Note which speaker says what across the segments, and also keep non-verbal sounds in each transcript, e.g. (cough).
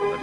Speaker 1: the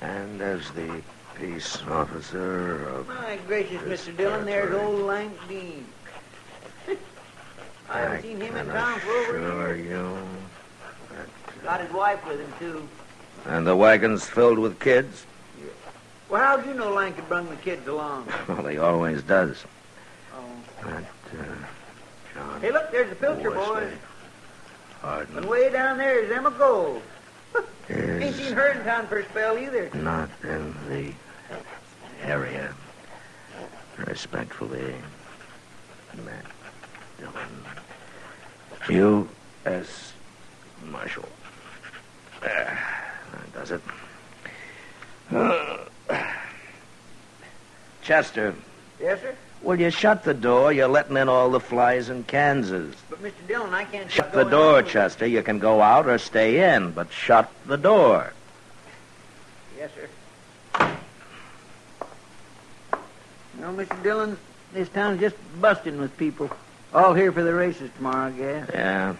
Speaker 2: And as the peace officer of.
Speaker 3: My gracious, Mr. Dillon, there's old Lank Dean. (laughs) I
Speaker 4: Oh,
Speaker 3: haven't seen him in
Speaker 2: can
Speaker 3: town for over a
Speaker 2: assure
Speaker 3: year.
Speaker 2: you.
Speaker 3: Got his wife with him, too.
Speaker 2: And the wagon's filled with kids?
Speaker 3: Well, how'd you know Lank had brung the kids along?
Speaker 2: Well, he always does.
Speaker 3: Oh.
Speaker 2: But, uh, John.
Speaker 3: Hey, look, there's the Pilcher boys.
Speaker 2: Wesley
Speaker 3: And
Speaker 2: Hardin
Speaker 3: way down there is Emma Gold. Ain't seen
Speaker 2: is
Speaker 3: her in town for a spell either.
Speaker 2: not in the area. Respectfully, Matt Dillon. U.S. Marshal. There, that does it. Uh, Chester,
Speaker 3: Yes, sir?
Speaker 2: will you shut the door? You're letting in all the flies in Kansas.
Speaker 3: But, Mr. Dillon, I can't...
Speaker 2: Shut
Speaker 3: go
Speaker 2: the
Speaker 3: in
Speaker 2: door,
Speaker 3: alone.
Speaker 2: Chester. You can go out or stay in, but shut the door.
Speaker 3: Yes, sir. You know, Mr. Dillon, this town's just busting with people. All here for the races tomorrow, I guess.
Speaker 2: Yeah.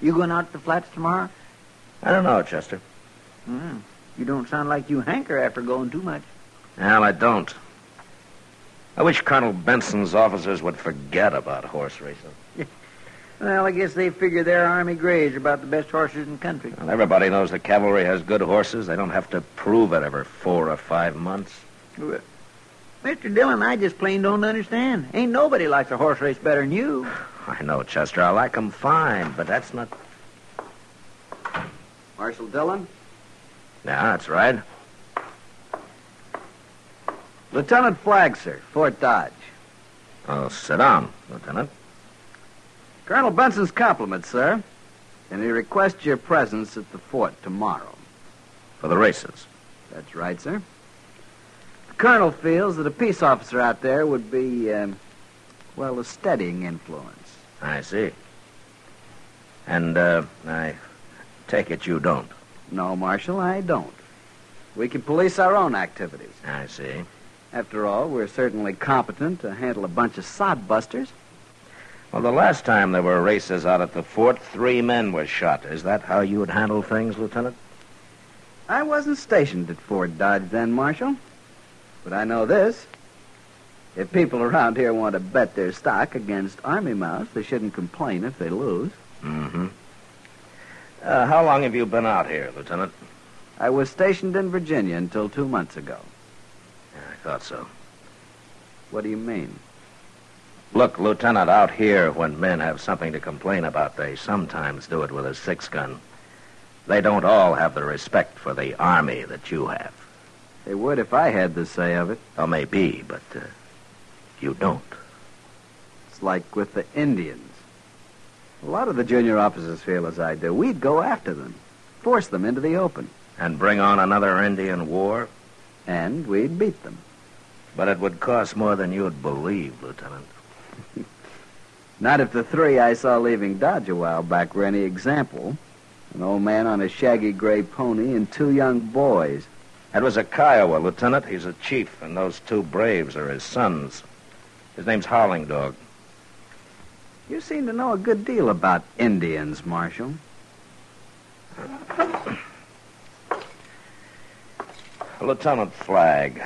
Speaker 3: You going out to the flats tomorrow?
Speaker 2: I don't know, Chester.
Speaker 3: Mm. You don't sound like you hanker after going too much.
Speaker 2: Well, I don't. I wish Colonel Benson's officers would forget about horse racing.
Speaker 3: Well, I guess they figure their army grays are about the best horses in the country.
Speaker 2: Well, everybody knows the cavalry has good horses. They don't have to prove it every four or five months.
Speaker 3: Well, Mr. Dillon, I just plain don't understand. Ain't nobody likes a horse race better than you.
Speaker 2: I know, Chester. I like 'em fine, but that's not.
Speaker 4: Marshal Dillon?
Speaker 2: Yeah, that's right.
Speaker 4: Lieutenant Flagg, sir, Fort Dodge.
Speaker 2: Oh, sit down, Lieutenant.
Speaker 4: Colonel Benson's compliments, sir. And he requests your presence at the fort tomorrow.
Speaker 2: For the races.
Speaker 4: That's right, sir. The colonel feels that a peace officer out there would be, um, well, a steadying influence.
Speaker 2: I see. And, uh, I take it you don't.
Speaker 4: No, Marshal, I don't. We can police our own activities.
Speaker 2: I see.
Speaker 4: After all, we're certainly competent to handle a bunch of sodbusters.
Speaker 2: Well, the last time there were races out at the fort, three men were shot. Is that how you would handle things, Lieutenant?
Speaker 4: I wasn't stationed at Fort Dodge then, Marshal. But I know this. If people around here want to bet their stock against Army mounts, they shouldn't complain if they lose.
Speaker 2: Mm-hmm. Uh, how long have you been out here, Lieutenant?
Speaker 4: I was stationed in Virginia until two months ago.
Speaker 2: I thought so.
Speaker 4: What do you mean?
Speaker 2: Look, Lieutenant, out here, when men have something to complain about, they sometimes do it with a six-gun. They don't all have the respect for the Army that you have.
Speaker 4: They would if I had the say of it.
Speaker 2: Or maybe, but uh, you don't.
Speaker 4: It's like with the Indians. A lot of the junior officers feel as I do. We'd go after them, force them into the open,
Speaker 2: And bring on another Indian war?
Speaker 4: and we'd beat them.
Speaker 2: But it would cost more than you'd believe, Lieutenant.
Speaker 4: Not if the three I saw leaving Dodge a while back were any example. An old man on a shaggy gray pony and two young boys.
Speaker 2: That was a Kiowa, Lieutenant. He's a chief, and those two braves are his sons. His name's Howling Dog.
Speaker 4: You seem to know a good deal about Indians, Marshal.
Speaker 2: Lieutenant Flagg,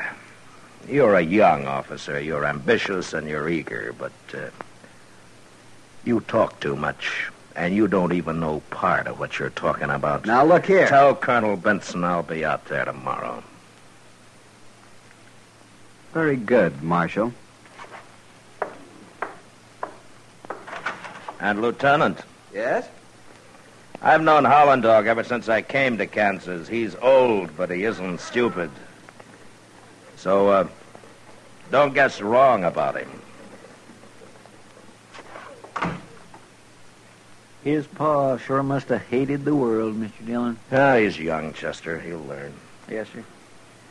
Speaker 2: you're a young officer. You're ambitious and you're eager, but uh, you talk too much, And you don't even know part of what you're talking about.
Speaker 4: Now look here.
Speaker 2: Tell Colonel Benson I'll be out there tomorrow.
Speaker 4: Very good, Marshal.
Speaker 2: And, Lieutenant,
Speaker 4: Yes?
Speaker 2: I've known Holland Dog ever since I came to Kansas. He's old, but he isn't stupid. So, uh, don't guess wrong about him.
Speaker 3: His pa sure must have hated the world, Mr. Dillon.
Speaker 2: Ah, he's young, Chester. He'll learn.
Speaker 3: Yes, sir.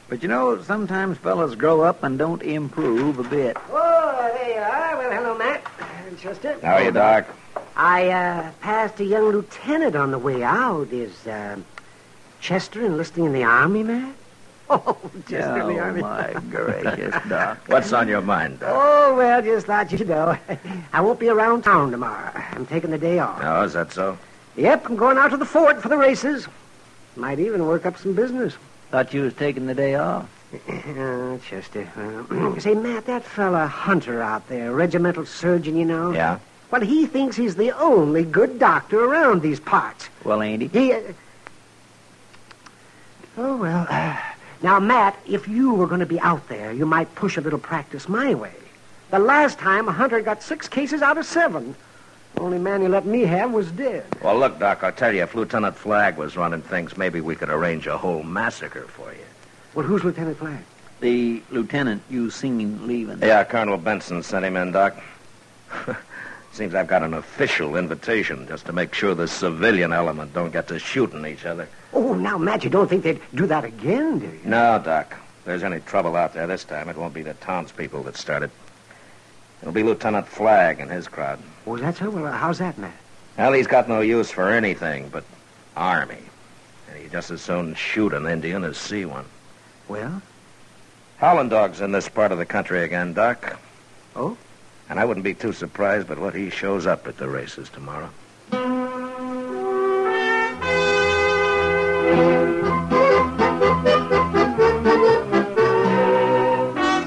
Speaker 3: But you know, sometimes fellas grow up and don't improve a bit.
Speaker 5: Oh, there you are. Well, hello, Matt. And Chester.
Speaker 2: How are you, Doc?
Speaker 5: I uh, passed a young lieutenant on the way out. Is uh, Chester enlisting in the army, Matt? (laughs) Oh, Chester in the
Speaker 3: oh,
Speaker 5: army.
Speaker 3: (laughs) my gracious, Doc.
Speaker 2: What's on your mind, Doc?
Speaker 5: Oh, well, just thought you'd know. (laughs) I won't be around town tomorrow. I'm taking the day off.
Speaker 2: Oh, is that so?
Speaker 5: Yep, I'm going out to the fort for the races. Might even work up some business.
Speaker 3: Thought you was taking the day off.
Speaker 5: Uh, Chester. uh, (clears throat) say, Matt, that fella Hunter out there, regimental surgeon, you know.
Speaker 2: Yeah?
Speaker 5: Well, he thinks he's the only good doctor around these parts.
Speaker 3: Well, ain't he?
Speaker 5: He. Uh... Oh, well. (sighs) Now, Matt, if you were going to be out there, you might push a little practice my way. The last time, Hunter got six cases out of seven. Only man he let me have was dead.
Speaker 2: Well, look, Doc, I'll tell you, if Lieutenant Flagg was running things, maybe we could arrange a whole massacre for you.
Speaker 5: Well, who's Lieutenant Flagg?
Speaker 3: The lieutenant you seen leaving.
Speaker 2: Yeah, Colonel Benson sent him in, Doc. (laughs) Seems I've got an official invitation just to make sure the civilian element don't get to shooting each other.
Speaker 5: Oh, now, Matt, you don't think they'd do that again, do you?
Speaker 2: No, Doc. If there's any trouble out there this time, it won't be the townspeople that started. It'll be Lieutenant Flagg and his crowd.
Speaker 5: Oh, that's so? Well, how's that, Matt?
Speaker 2: Well, he's got no use for anything but army. And he just as soon shoot an Indian as see one.
Speaker 5: Well?
Speaker 2: Holland Dog's in this part of the country again, Doc.
Speaker 5: Oh?
Speaker 2: And I wouldn't be too surprised but what he shows up at the races tomorrow.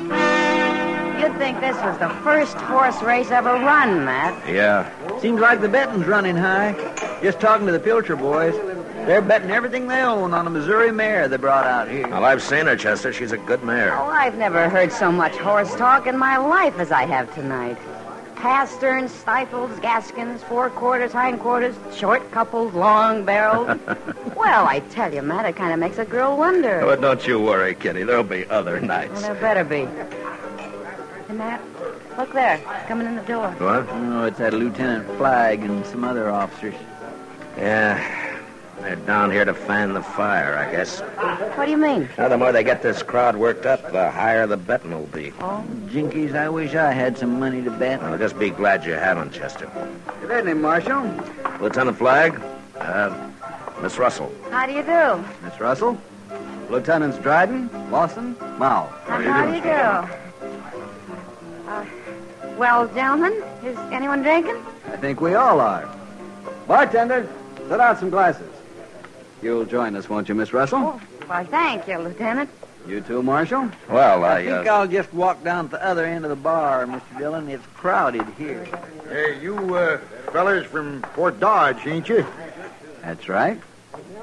Speaker 6: You'd think this was the first horse race ever run, Matt.
Speaker 2: Yeah.
Speaker 3: Seems like the betting's running high. Just talking to the Pilcher boys. They're betting everything they own on a Missouri mare they brought out here.
Speaker 2: Well, I've seen her, Chester. She's a good mare.
Speaker 6: Oh, I've never heard so much horse talk in my life as I have tonight. Pasterns, stifles, gaskins, four quarters, hind quarters, short coupled, long (laughs) barreled. well, I tell you, Matt, it kind of makes a girl wonder.
Speaker 2: But Oh, don't you worry, Kitty. There'll be other
Speaker 6: Well,
Speaker 2: nights.
Speaker 6: there better be. And Matt, look there, coming in the door.
Speaker 2: What?
Speaker 3: Oh, it's that Lieutenant Flagg and some other officers.
Speaker 2: Yeah. They're down here to fan the fire, I guess.
Speaker 6: What do you mean?
Speaker 2: Now, the more they get this crowd worked up, the higher the betting will be.
Speaker 3: Jinkies, I wish I had some money to bet.
Speaker 2: Well, just be glad you haven't, Chester.
Speaker 4: Good evening, Marshal.
Speaker 2: Lieutenant Flagg? Uh, Miss Russell.
Speaker 6: How do you do?
Speaker 4: Miss Russell. Lieutenants Dryden, Lawson, Mao.
Speaker 6: How, do you do? Uh, well, gentlemen, is anyone drinking?
Speaker 4: I think we all are. Bartender, set out some glasses. You'll join us, won't you, Miss Russell?
Speaker 6: Why, thank you, Lieutenant.
Speaker 4: You too, Marshal?
Speaker 2: Well,
Speaker 3: I
Speaker 2: I,
Speaker 3: think
Speaker 2: uh,
Speaker 3: I'll just walk down to the other end of the bar, Mr. Dillon. It's crowded here.
Speaker 7: Hey, you uh, fellas from Fort Dodge, ain't you?
Speaker 4: That's right.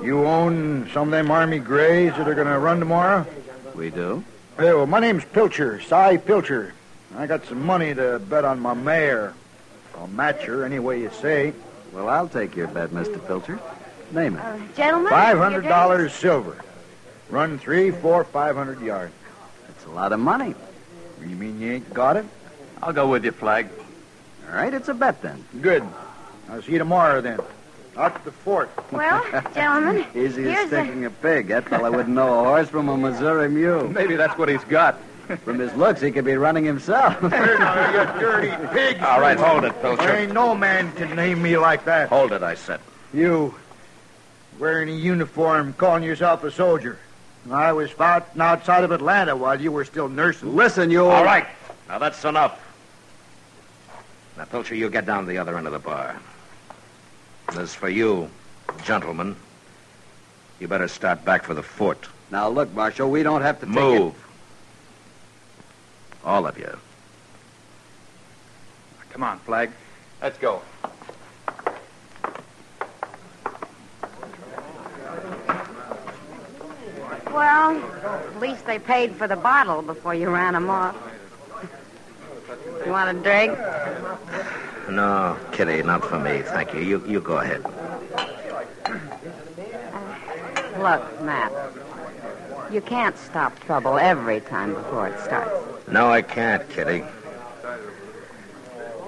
Speaker 7: You own some of them Army Greys that are going to run tomorrow?
Speaker 4: We do.
Speaker 7: Hey, well, my name's Pilcher, Cy Pilcher. I got some money to bet on my mare. I'll match her any way you say.
Speaker 4: Well, I'll take your bet, Mr. Pilcher. Name it.
Speaker 6: Uh, gentlemen? your
Speaker 7: $500
Speaker 6: drinks?
Speaker 7: silver. Run three, four, five hundred yards.
Speaker 4: It's a lot of money.
Speaker 7: You mean you ain't got it?
Speaker 2: I'll go with you, Flagg.
Speaker 4: All right, it's a bet then.
Speaker 7: Good. I'll see you tomorrow then. Out to the fort.
Speaker 6: Well, gentlemen,
Speaker 4: (laughs) Easy as
Speaker 6: here's the-
Speaker 4: stinking a pig. That fellow wouldn't know a horse from a Missouri mule.
Speaker 2: Maybe that's what he's got.
Speaker 4: From his looks, he could be
Speaker 7: (laughs)
Speaker 4: running himself.
Speaker 7: Here now, you dirty pig.
Speaker 2: All right, hold it,
Speaker 7: There
Speaker 2: Pilcher.
Speaker 7: ain't no man can name me like that.
Speaker 2: Hold it, I said.
Speaker 7: You wearing a uniform, calling yourself a soldier. I was fighting outside of Atlanta while you were still nursing.
Speaker 4: Listen, you old...
Speaker 2: All right. Now that's enough. Now, Pilcher, you get down to the other end of the bar. And as for you, gentlemen, you better start back for the fort.
Speaker 4: Now, look, Marshal, we don't have to take it-
Speaker 2: Move. All of you.
Speaker 8: Come on, Flag. Let's go.
Speaker 6: At least they paid for the bottle before you ran them off. You want a drink?
Speaker 2: No, Kitty, not for me. Thank you. You, you go ahead.
Speaker 6: Look, Matt. You can't stop trouble every time before it starts.
Speaker 2: No, I can't, Kitty.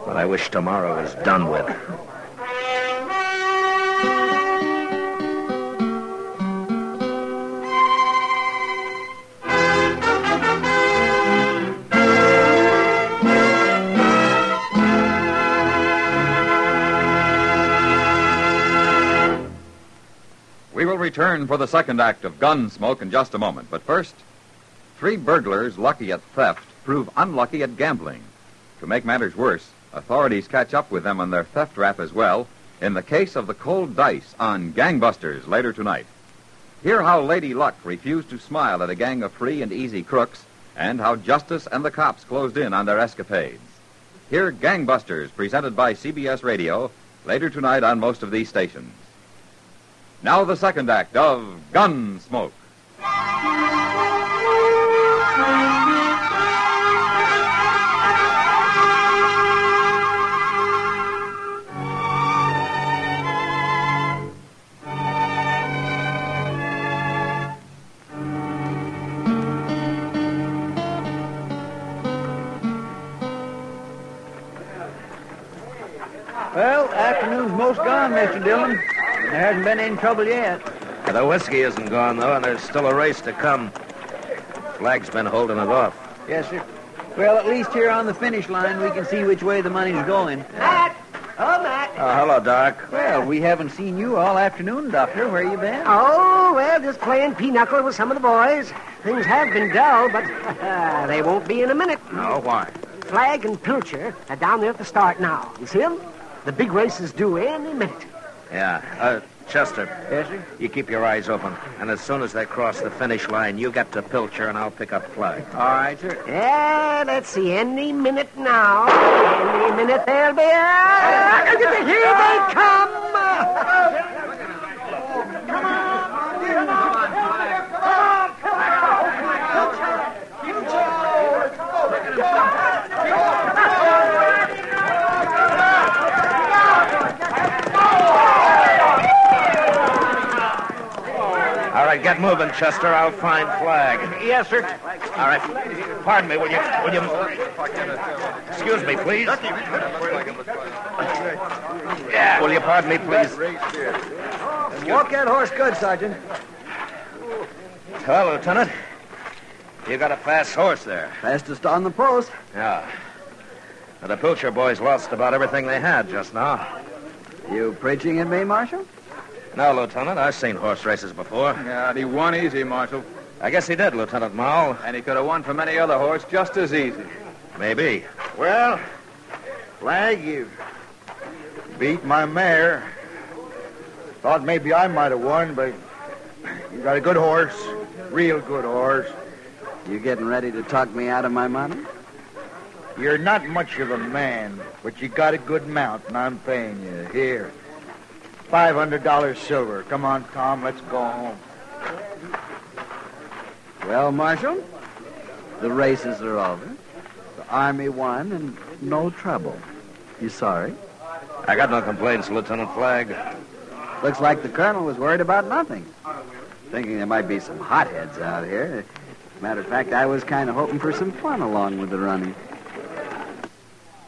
Speaker 2: But I wish tomorrow was done with.
Speaker 1: We will return for the second act of Gunsmoke in just a moment. But first, three burglars lucky at theft prove unlucky at gambling. To make matters worse, authorities catch up with them on their theft rap as well in the case of the cold dice on Gangbusters later tonight. Hear how Lady Luck refused to smile at a gang of free and easy crooks and how justice and the cops closed in on their escapades. Hear Gangbusters presented by CBS Radio later tonight on most of these stations. Now the second act of Gunsmoke.
Speaker 3: Well, afternoon's most gone, Mr. Dillon. There hasn't been any trouble yet.
Speaker 2: The whiskey isn't gone, though, and there's still a race to come. Flag's been holding it off.
Speaker 3: Yes, sir. Well, at least here on the finish line, we can see which way the money's going.
Speaker 5: Matt! Oh, Matt!
Speaker 2: Oh, hello, Doc.
Speaker 3: Well, we haven't seen you all afternoon, Doctor. Where you been?
Speaker 5: Oh, well, just playing pinochle with some of the boys. Things have been dull, but (laughs) they won't be in a minute.
Speaker 2: No, why?
Speaker 5: Flag and Pilcher are down there at the start now. You see 'em? The big race is due any minute.
Speaker 2: Yeah. Uh, Chester,
Speaker 3: Yes, sir.
Speaker 2: you keep your eyes open, and as soon as they cross the finish line, you get to Pilcher, and I'll pick up Flag.
Speaker 3: All right, sir.
Speaker 5: Yeah, let's see. Any minute now. Any minute they'll be. Ah, Here (laughs) they come!
Speaker 2: All right, get moving, Chester. I'll find Flag.
Speaker 5: Yes, sir.
Speaker 2: All right. Pardon me, will you? Will you? Excuse me, please. Yeah. Will you pardon me, please?
Speaker 3: Walk that horse good, Sergeant.
Speaker 2: Hello, Lieutenant. You got a fast horse there.
Speaker 4: Fastest on the post.
Speaker 2: Yeah. Now, the Pilcher boys lost about everything they had just now.
Speaker 4: You preaching at me, Marshal?
Speaker 2: No, Lieutenant, I've seen horse races before.
Speaker 1: Yeah, he won easy, Marshal.
Speaker 2: I guess he did, Lieutenant Mao.
Speaker 1: And he could have won from any other horse just as easy.
Speaker 2: Maybe.
Speaker 7: Well, Flag, you beat my mare. Thought maybe I might have won, but you got a good horse. Real good horse.
Speaker 4: You getting ready to talk me out of my money?
Speaker 7: You're not much of a man, but you got a good mount, and I'm paying you. Here. $500 silver. Come on, Tom, let's go home.
Speaker 4: Well, Marshal, the races are over. The Army won and no trouble. You sorry?
Speaker 2: I got no complaints, Lieutenant Flag.
Speaker 4: Looks like the colonel was worried about nothing. Thinking there might be some hotheads out here. Matter of fact, I was kind of hoping for some fun along with the running.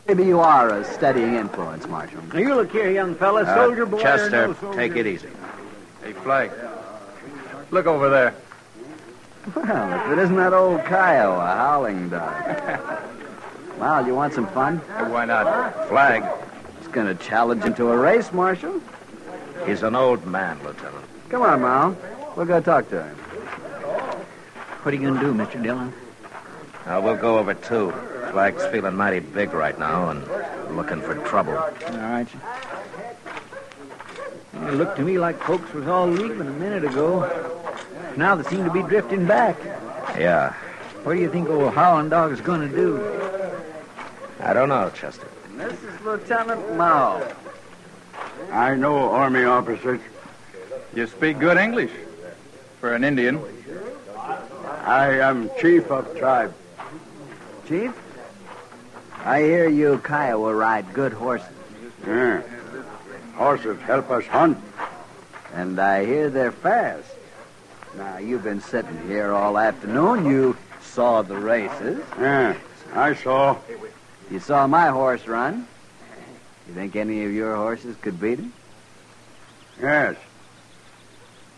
Speaker 4: Maybe you are a steadying influence, Marshal.
Speaker 3: Now, you look here, young fella.
Speaker 2: Uh,
Speaker 3: Soldier boy. or
Speaker 2: Chester,
Speaker 3: no soldier.
Speaker 2: take it easy.
Speaker 1: Hey, Flag. Look over there.
Speaker 4: Well, if it isn't that old Kiowa howling dog. Well, you want some fun?
Speaker 1: Why not?
Speaker 2: Flag,
Speaker 4: It's going to challenge him to a race, Marshal.
Speaker 2: he's an old man, Lieutenant.
Speaker 4: Come on, Mal. We'll go talk to him.
Speaker 3: What are you going to do, Mr. Dillon?
Speaker 2: Now, we'll go over two. Flag's feeling mighty big right now and looking for trouble.
Speaker 3: All right, sir. It looked to me like folks was all leaving a minute ago. Now they seem to be drifting back.
Speaker 2: Yeah.
Speaker 3: What do you think old howling dog is going to do?
Speaker 2: I don't know, Chester.
Speaker 4: This is Lieutenant Mao.
Speaker 8: I know Army officers.
Speaker 1: You speak good English for an Indian.
Speaker 8: I am chief of tribe.
Speaker 4: Chief, I hear you Kiowa ride good horses,
Speaker 8: Yeah. Horses help us hunt.
Speaker 4: and I hear they're fast. Now, you've been sitting here all afternoon. You saw the races.
Speaker 8: Yeah. I saw.
Speaker 4: You saw my horse run. You think any of your horses could beat him?
Speaker 8: Yes.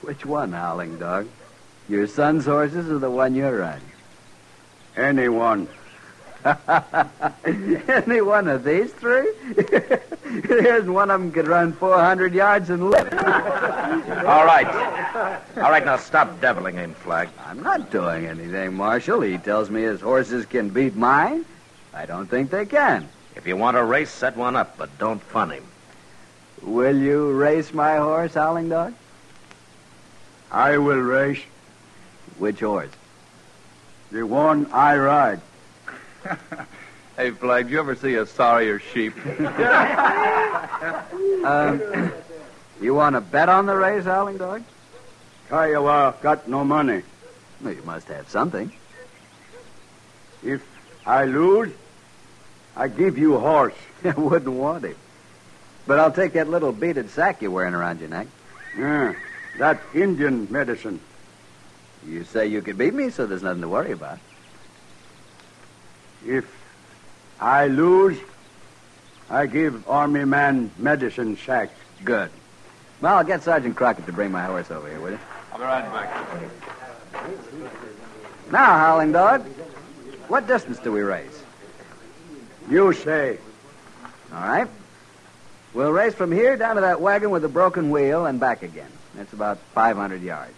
Speaker 4: Which one, Howling Dog? Your son's horses or the one you're riding?
Speaker 8: Anyone.
Speaker 4: (laughs) Any one of these three? (laughs) There's one of them could run 400 yards and live. (laughs)
Speaker 2: All right. All right, now stop deviling him, Flag.
Speaker 4: I'm not doing anything, Marshal. He tells me his horses can beat mine. I don't think they can.
Speaker 2: If you want a race, set one up, but don't fun him.
Speaker 4: Will you race my horse, Howling Dog?
Speaker 8: I will race
Speaker 4: Which horse?
Speaker 8: the one I ride.
Speaker 1: Hey, Flag, do you ever see a sorrier sheep?
Speaker 4: Um, (clears throat) you want to bet on the race, Howling Dog?
Speaker 8: Kiowa got no money.
Speaker 4: Well, you must have something.
Speaker 8: If I lose, I give you horse.
Speaker 4: (laughs) I wouldn't want him. But I'll take that little beaded sack you're wearing around your neck.
Speaker 8: Yeah. That Indian medicine.
Speaker 4: You say you could beat me, so there's nothing to worry about.
Speaker 8: If I lose, I give army man medicine sack.
Speaker 4: Good. Well, I'll get Sergeant Crockett to bring my horse over here, will you?
Speaker 1: I'll be right back.
Speaker 4: Now, Howling Dog, what distance do we race?
Speaker 8: You say
Speaker 4: All right. We'll race from here down to that wagon with the broken wheel and back again. That's about 500 yards.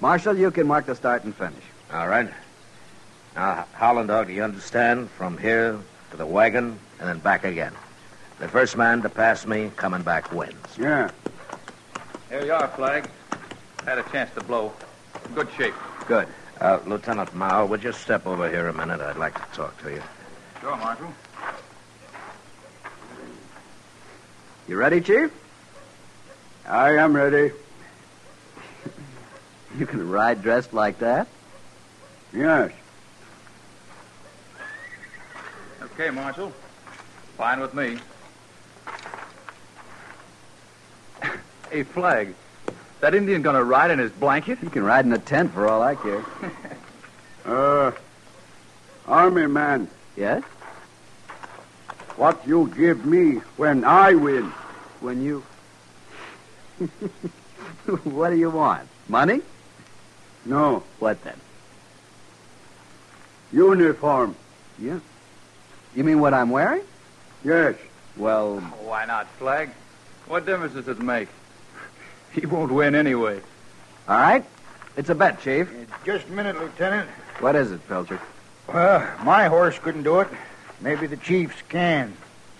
Speaker 4: Marshal, you can mark the start and finish.
Speaker 2: All right. Now, Howland Dog, do you understand? From here to the wagon and then back again. The first man to pass me coming back wins.
Speaker 8: Yeah.
Speaker 1: Here you are, Flag. Had a chance to blow. Good shape.
Speaker 2: Uh, Lieutenant Mao, would you step over here a minute? I'd like to talk to you.
Speaker 1: Sure, Marshal.
Speaker 4: You ready, Chief?
Speaker 8: I am ready.
Speaker 4: You can ride dressed like that?
Speaker 8: Yes.
Speaker 1: Okay, Marshal. Fine with me. (laughs) hey, Flag, that Indian gonna ride in his blanket?
Speaker 4: You can ride in a tent for all I care.
Speaker 8: (laughs) Uh, army man,
Speaker 4: Yes?
Speaker 8: what you give me when I win?
Speaker 4: When you. (laughs) what do you want? Money?
Speaker 8: No,
Speaker 4: What then?
Speaker 8: uniform.
Speaker 4: You mean what I'm wearing?
Speaker 8: Yes.
Speaker 4: Well,
Speaker 1: Oh, Why not, Flag? What difference does it make? He won't win anyway.
Speaker 4: all right. It's a bet, Chief.
Speaker 7: Uh, Just a minute, Lieutenant.
Speaker 4: What is it, Pilcher?
Speaker 7: Well, my horse couldn't do it. Maybe the chief's can.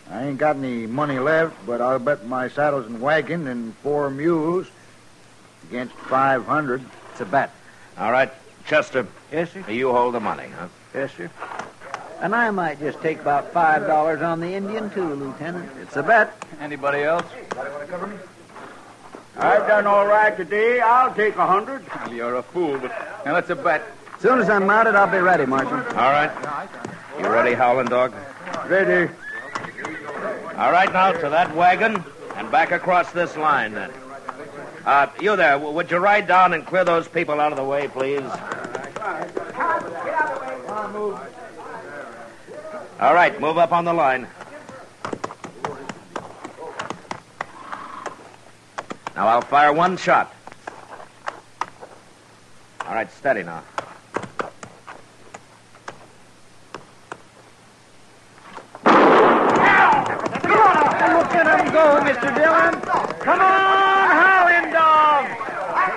Speaker 7: I ain't got any money left, but I'll bet my saddles and wagon and four mules against 500.
Speaker 4: It's a bet.
Speaker 2: All right, Chester,
Speaker 3: Yes, sir.
Speaker 2: you hold the money, huh?
Speaker 3: Yes, sir. And I might just take about five dollars on the Indian too, Lieutenant.
Speaker 4: It's a bet.
Speaker 1: Anybody else?
Speaker 8: I've done all right today. I'll take a hundred.
Speaker 1: Well, you're a fool, but now that's a bet.
Speaker 4: As soon as I'm mounted, I'll be ready, Marshal.
Speaker 2: All right. You ready, Howland Dog?
Speaker 8: Ready.
Speaker 2: All right, now to that wagon and back across this line, then. Uh, you there, w- would you ride down and clear those people out of the way, please? All right, move up on the line. Now I'll fire one shot. All right, steady now.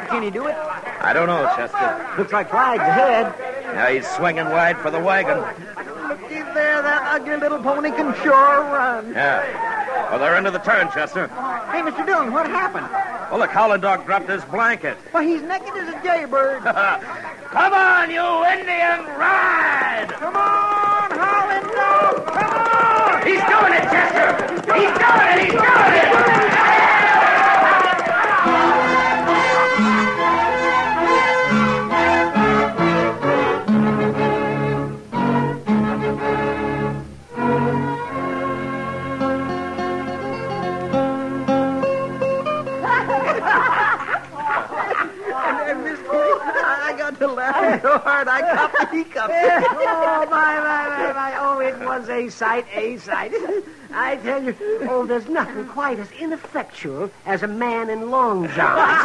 Speaker 5: Can he do it?
Speaker 2: I don't know, Chester.
Speaker 5: Looks like Flag's ahead.
Speaker 2: Now he's swinging wide for the wagon.
Speaker 3: Looky there, that ugly little pony can sure run.
Speaker 2: Yeah. Well, they're into the turn, Chester.
Speaker 3: Hey, Mr. Dillon, what happened?
Speaker 2: Well, look, Howland Dog dropped his blanket.
Speaker 3: Why, he's naked as a jaybird.
Speaker 2: Come on, you Indian, ride!
Speaker 3: Come on, Howlin' Dog, come on!
Speaker 2: He's doing it, Chester! He's doing it! He's doing it!
Speaker 1: Flag
Speaker 5: Oh, my, my, my, my. Oh, it was a sight, a sight. I tell you, oh, there's nothing quite as ineffectual as a man in long johns.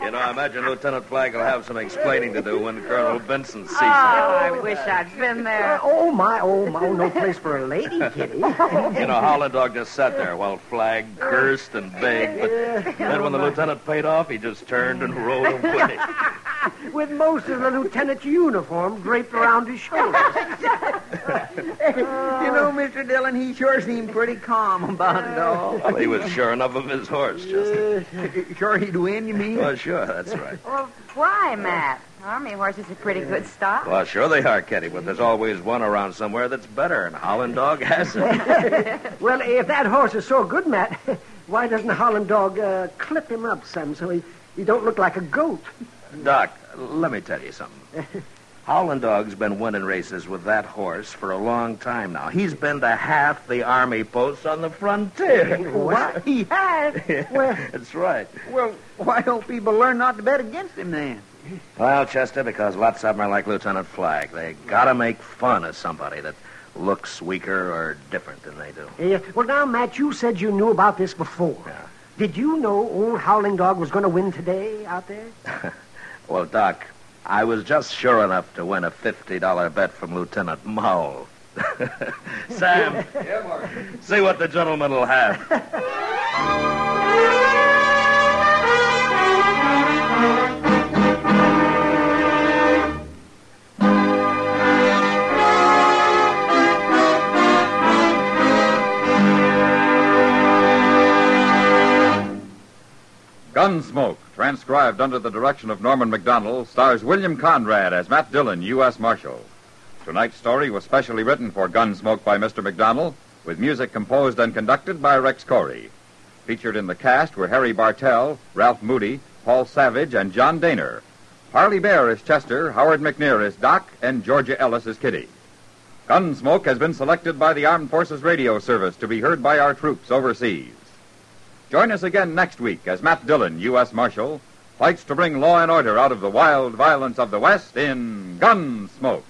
Speaker 2: You know, I imagine Lieutenant Flagg will have some explaining to do when Colonel Benson sees
Speaker 6: Oh,
Speaker 3: Ah.
Speaker 2: him.
Speaker 6: I wish I'd been there.
Speaker 5: oh, my, oh, my. Oh, no place for a lady, Kitty.
Speaker 2: You know, Howland Dog just sat there while Flagg cursed and begged, but then when the lieutenant paid off, he just turned and
Speaker 3: (laughs)
Speaker 2: rode away.
Speaker 5: With most of the lieutenant's uniform draped around his shoulders.
Speaker 3: You know, Mr. Dillon, he sure seemed pretty calm about it all.
Speaker 2: Well, he was sure enough of his horse, just.
Speaker 3: Uh, sure he'd win, you mean?
Speaker 2: Well, sure, that's right.
Speaker 6: Well, why, Matt? Army horses are pretty good stock.
Speaker 2: Well, sure they are, Kitty, but there's always one around somewhere that's better, and Holland Dog (laughs) has it.
Speaker 5: Well, if that horse is so good, Matt, why doesn't Holland Dog uh, clip him up some so he, he don't look like a goat?
Speaker 2: Doc, let me tell you something. Holland Dog's been winning races with that horse for a long time now. He's been to half the army posts on the frontier.
Speaker 4: (laughs)
Speaker 5: What?
Speaker 3: He has.
Speaker 2: That's right.
Speaker 3: Well, why don't people learn not to bet against him then?
Speaker 2: Well, Chester, because lots of them are like Lieutenant Flagg. They gotta make fun of somebody that looks weaker or different than they do.
Speaker 5: Yeah. Eh, Well, now, Matt, you said you knew about this before.
Speaker 2: Yeah.
Speaker 5: Did you know old Howling Dog was going to win today out there?
Speaker 2: Well, Doc, I was just sure enough to win a $50 bet from Lieutenant Mowell. (laughs) Sam, see what the gentleman will have.
Speaker 1: Gunsmoke, transcribed under the direction of Norman McDonald, stars William Conrad as Matt Dillon, U.S. Marshal. Tonight's story was specially written for Gunsmoke by Mr. McDonald, with music composed and conducted by Rex Corey. Featured in the cast were Harry Bartell, Ralph Moody, Paul Savage, and John Daner. Harley Bear is Chester, Howard McNear is Doc, and Georgia Ellis is Kitty. Gunsmoke has been selected by the Armed Forces Radio Service to be heard by our troops overseas. Join us again next week as Matt Dillon, U.S. Marshal, fights to bring law and order out of the wild violence of the West in Gunsmoke.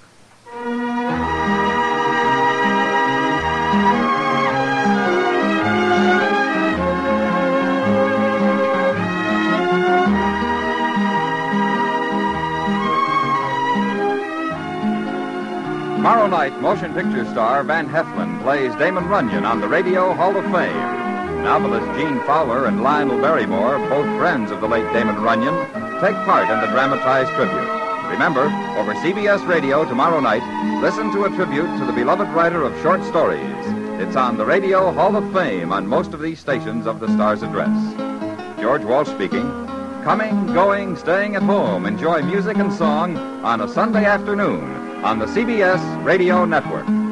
Speaker 1: Tomorrow night, motion picture star Van Heflin plays Damon Runyon on the Radio Hall of Fame. Novelist Gene Fowler and Lionel Barrymore, both friends of the late Damon Runyon, take part in the dramatized tribute. Remember, over CBS Radio tomorrow night, listen to a tribute to the beloved writer of short stories. It's on the Radio Hall of Fame on most of these stations of the star's address. George Walsh speaking. Coming, going, staying at home, enjoy music and song on a Sunday afternoon on the CBS Radio Network.